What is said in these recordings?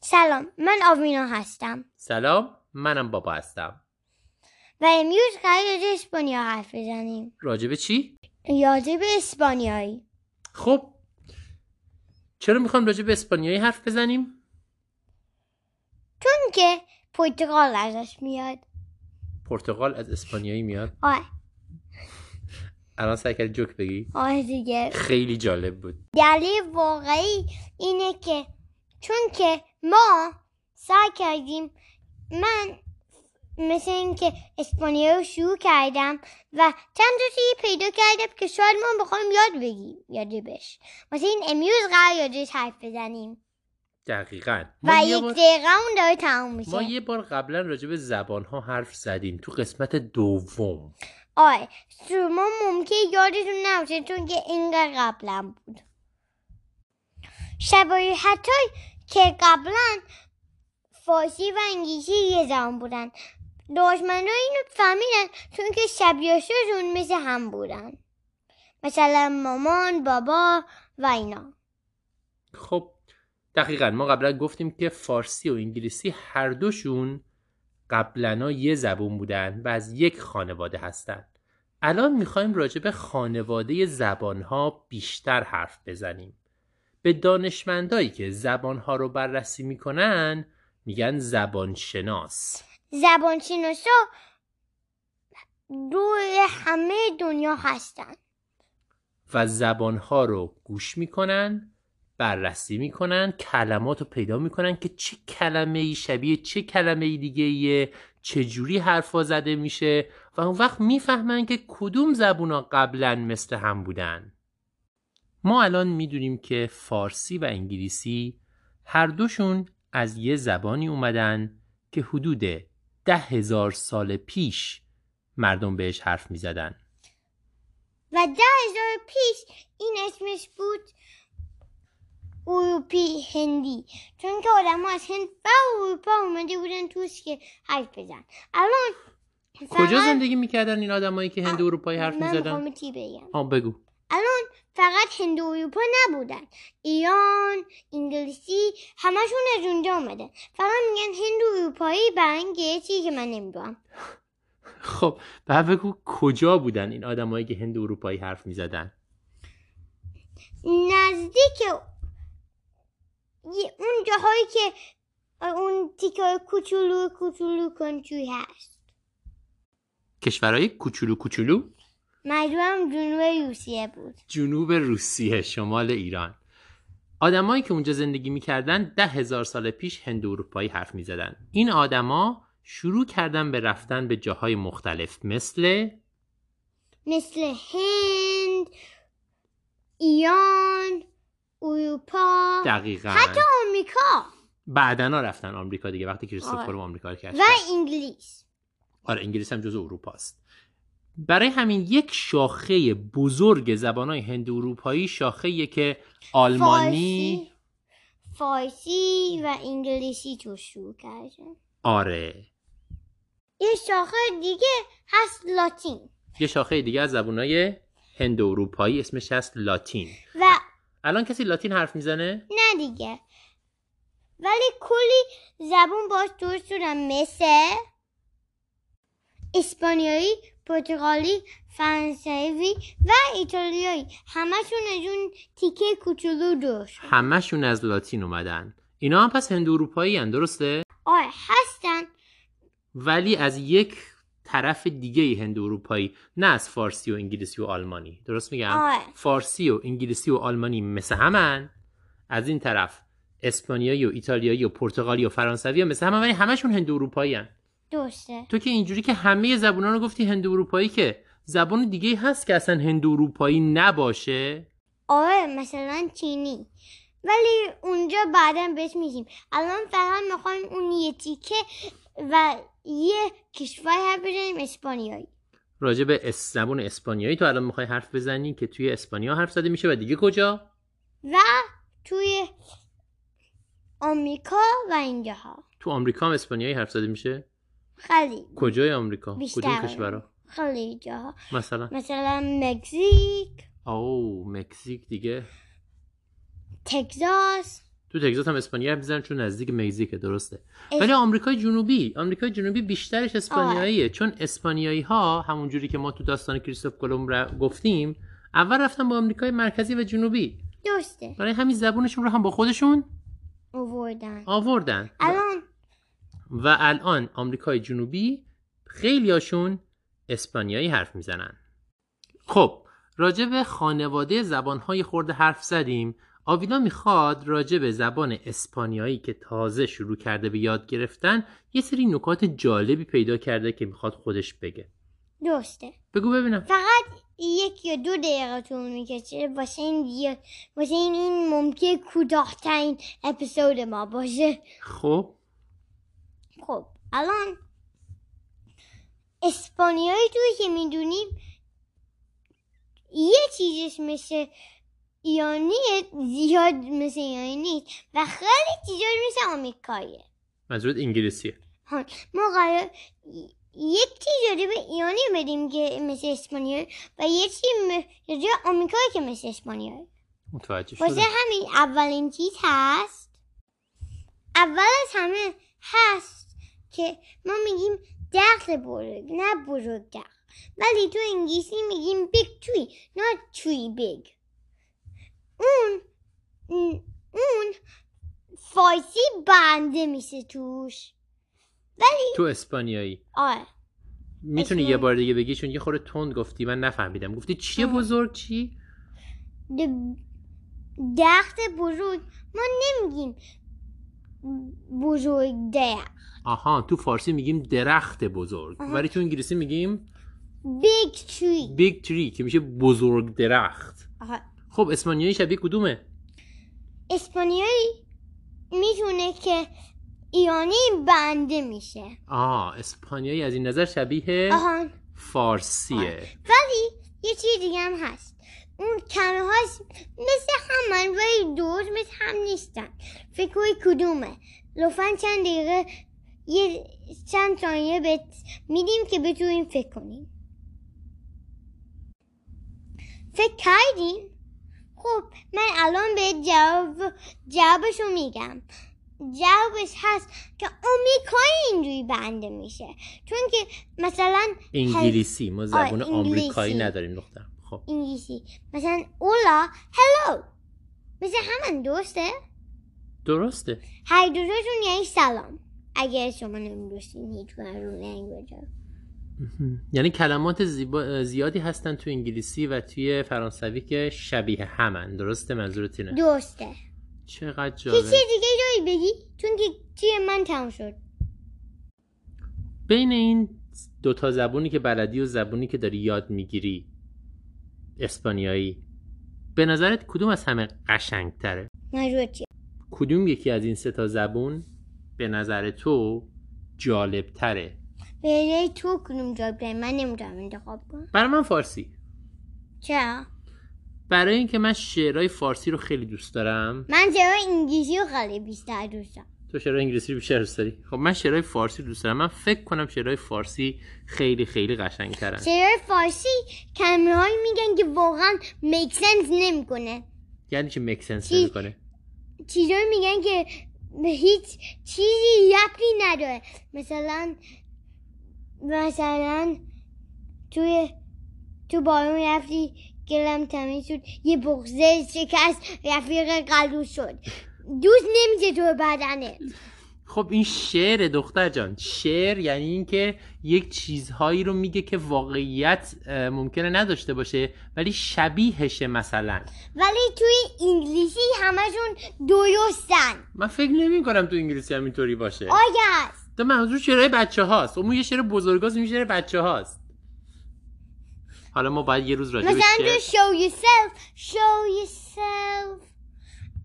سلام من آوینا هستم سلام منم بابا هستم و امروز قرار راجع به اسپانیا حرف بزنیم راجبه چی؟ راجع به اسپانیایی خب چرا میخوایم راجع به اسپانیایی حرف بزنیم؟ چون که پرتغال ازش میاد پرتغال از اسپانیایی میاد آه الان سعی کردی جوک بگی آه دیگه خیلی جالب بود دلیل واقعی اینه که چون که ما سعی کردیم من مثل اینکه اسپانیا رو شروع کردم و چند تا چیزی پیدا کردم که شاید ما بخوایم یاد بگیریم راجبش واسه این امروز قرار راجبش حرف بزنیم دقیقا و ما یه یک بار, دقیقه اون داره تموم میشه ما یه بار قبلا راجب زبان ها حرف زدیم تو قسمت دوم آره شما ممکن یادتون نباشه چون که اینقدر قبلا بود شباهت های که قبلا فارسی و انگلیسی یه زبان بودن دشمن اینو فهمیدن چون که شبیهشون مثل هم بودن مثلا مامان بابا و اینا خب دقیقا ما قبلا گفتیم که فارسی و انگلیسی هر دوشون قبلنا یه زبون بودن و از یک خانواده هستن الان میخوایم راجع به خانواده زبانها بیشتر حرف بزنیم به دانشمندایی که زبانها رو بررسی میکنن میگن زبانشناس زبان ها دور همه دنیا هستن و زبانها رو گوش میکنن بررسی میکنن کلمات رو پیدا میکنن که چه کلمه ای شبیه چه کلمه ای دیگه ایه چجوری حرفا زده میشه و اون وقت میفهمن که کدوم زبونا قبلا مثل هم بودن ما الان میدونیم که فارسی و انگلیسی هر دوشون از یه زبانی اومدن که حدود ده هزار سال پیش مردم بهش حرف میزدن و ده هزار پیش این اسمش بود اروپی هندی چون که آدم از هند و اروپا اومده بودن توش که حرف بزن الان کجا زندگی میکردن این آدمایی که هند و اروپایی حرف من میزدن؟ میخوام تی بگم آ بگو الان فقط هند و اروپا نبودن ایران انگلیسی همشون از اونجا اومدن فقط میگن هند و اروپایی برای یه چیزی که من نمیدونم خب بعد بگو کجا بودن این آدمایی که هند و اروپایی حرف میزدن نزدیک یه- اون جاهایی که اون تیکه کوچولو کوچولو کنچوی هست کشورهای کوچولو کوچولو مجموعم جنوب روسیه بود جنوب روسیه شمال ایران آدمایی که اونجا زندگی میکردن ده هزار سال پیش هند و اروپایی حرف میزدن این آدما شروع کردن به رفتن به جاهای مختلف مثل مثل هند ایران اروپا دقیقا حتی آمریکا بعدنا رفتن آمریکا دیگه وقتی کریستوفر آره. رو آمریکا رو کشف و کرد. انگلیس آره انگلیس هم جزو اروپا است برای همین یک شاخه بزرگ زبانهای هند اروپایی شاخه که آلمانی فارسی فارسی و انگلیسی تو شروع کردن آره یه شاخه دیگه هست لاتین یه شاخه دیگه از زبانهای هند اروپایی اسمش هست لاتین و الان کسی لاتین حرف میزنه نه دیگه ولی کلی زبون باش درست شدن مثل اسپانیایی پرتغالی فرانسوی و ایتالیایی همشون از اون تیکه کوچولو درست شدن. همشون از لاتین اومدن اینا هم پس هند اروپایی هن درسته آره هستن ولی از یک طرف دیگه هند اروپایی نه از فارسی و انگلیسی و آلمانی درست میگم آره. فارسی و انگلیسی و آلمانی مثل همن از این طرف اسپانیایی و ایتالیایی و پرتغالی و فرانسوی هم مثل همن ولی همشون هند اروپایی هن. درسته تو که اینجوری که همه زبونا رو گفتی هند اروپایی که زبان دیگه هست که اصلا هند اروپایی نباشه آره مثلا چینی ولی اونجا بعدا بهش میگیم الان فقط میخوایم اون یه تیکه و یه کشور هر بزنیم اسپانیایی راجع به اس- زبون اسپانیایی تو الان میخوای حرف بزنی که توی اسپانیا حرف زده میشه و دیگه کجا و توی آمریکا و اینجاها تو آمریکا هم اسپانیایی حرف زده میشه خیلی کجای آمریکا بیشتر کدوم کشورا خیلی جاها مثلا مثلا مکزیک او مکزیک دیگه تگزاس تو تگزاس هم اسپانیایی حرف میزنن چون نزدیک مکزیکه درسته اس- ولی آمریکای جنوبی آمریکای جنوبی بیشترش اسپانیاییه چون اسپانیایی ها همون جوری که ما تو داستان کریستوف کلمب را- گفتیم اول رفتن با آمریکای مرکزی و جنوبی درسته برای همین زبونشون رو هم با خودشون اووردن آوردن الان و الان آمریکای جنوبی خیلیاشون اسپانیایی حرف میزنن خب راجع به خانواده زبانهای خورده حرف زدیم آویلا میخواد راجع به زبان اسپانیایی که تازه شروع کرده به یاد گرفتن یه سری نکات جالبی پیدا کرده که میخواد خودش بگه درسته بگو ببینم فقط یک یا دو دقیقه طول میکشه واسه این دیگه واسه این این ممکن کوتاهترین اپیزود ما باشه خب خب الان اسپانیایی توی که میدونیم یه چیزش مثل ایرانی زیاد مثل ایرانی نیست و خیلی چیزاش مثل آمریکاییه منظورت انگلیسیه ها، ما قرار ی- یک چیزی به ایرانی بدیم که مثل اسپانیایی و یه چیزی آمریکایی که مثل اسپانیایی متوجه شدم واسه همین اولین چیز هست اول از همه هست که ما میگیم درخت بزرگ نه بزرگ درخت ولی تو انگلیسی میگیم بیگ توی نه توی بیگ اون اون فارسی بنده میشه توش تو اسپانیایی آره میتونی اسپانیایی. یه بار دیگه بگی چون یه خورده تند گفتی من نفهمیدم گفتی چیه آه. بزرگ چی د- درخت بزرگ ما نمیگیم بزرگ درخت آها تو فارسی میگیم درخت بزرگ آها. ولی تو انگلیسی میگیم بیگ توی بیگ تری که میشه بزرگ درخت خب اسپانیایی شبیه کدومه اسپانیایی میتونه که ایرانی بنده میشه آها اسپانیایی از این نظر شبیه آهان فارسیه ولی یه چیز دیگه هم هست اون کلمه هاش مثل همن ولی دوز مثل هم نیستن فکر کنی کدومه لطفا چند دقیقه یه چند ثانیه بهت میدیم که بتونیم فکر کنیم فکر کردیم خب من الان به جواب جوابش رو میگم جوابش هست که آمریکایی اینجوری بنده میشه چون که مثلا انگلیسی ما زبان آه، انگلیسی. آمریکایی نداریم نقطه خب انگلیسی مثلا اولا هلو مثل همان درسته درسته هر دوتاشون یعنی سلام اگر شما نمیدونستین هیچ کنه رو لنگویج یعنی کلمات زیبا... زیادی هستن تو انگلیسی و توی فرانسوی که شبیه همن درسته منظورت اینه درسته چقدر هیچ چیز جالب دیگه داری بگی چون که توی من تموم شد بین این دوتا زبونی که بلدی و زبونی که داری یاد میگیری اسپانیایی به نظرت کدوم از همه قشنگ تره؟ منظور چیه کدوم یکی از این سه تا زبون به نظر تو جالب تره؟ بره تو کنم جای بره من نمیتونم انتخاب کنم برای من فارسی چرا برای اینکه من شعرهای فارسی رو خیلی دوست دارم من چرا انگلیسی رو خیلی بیشتر دوست دارم تو شعرهای انگلیسی رو بیشتر دوست داری خب من شعرهای فارسی رو دوست دارم من فکر کنم شعرهای فارسی خیلی خیلی قشنگ ترن شعر فارسی کلمه هایی میگن که واقعا میک سنس نمیکنه یعنی چی مکسنس چی؟ نمیکنه چیزایی میگن که به هیچ چیزی ربطی نداره مثلا مثلا توی تو بارون رفتی گلم تمیز شد یه بغزه شکست رفیق قلو شد دوست نمیشه تو بدنه خب این شعر دختر جان شعر یعنی اینکه یک چیزهایی رو میگه که واقعیت اه، ممکنه نداشته باشه ولی شبیهشه مثلا ولی توی انگلیسی همشون درستن من فکر نمی کنم تو انگلیسی هم اینطوری باشه آیا هست تو منظور شعرهای بچه هاست اون یه شعر بزرگاست اون یه شعر بچه هاست حالا ما باید یه روز راجع به مثلا شعر تو show yourself show yourself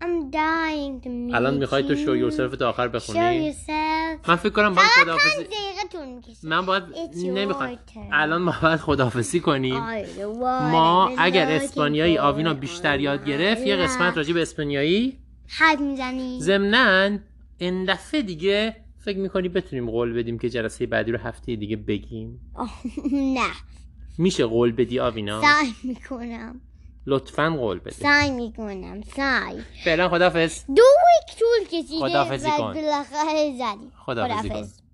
I'm dying to meet الان میخوای تو شو you. یورسلف تا آخر Show بخونی yourself من فکر کنم باید خداحافظی دقیقه طول میکشه من باید It's your نمیخوام turn. الان ما باید خداحافظی کنیم ما اگر اسپانیایی آوینا بیشتر یاد گرفت یه قسمت راجع به اسپانیایی حد میزنی ضمناً این دفعه دیگه فکر میکنی بتونیم قول بدیم که جلسه بعدی رو هفته دیگه بگیم نه میشه قول بدی آوینا سعی میکنم لطفا قول بده سعی میکنم سعی فعلا خدافز دو ویک طول کشیده خداحافظی و کن. بالاخره زدیم خداحافظی کن. خداحافظ.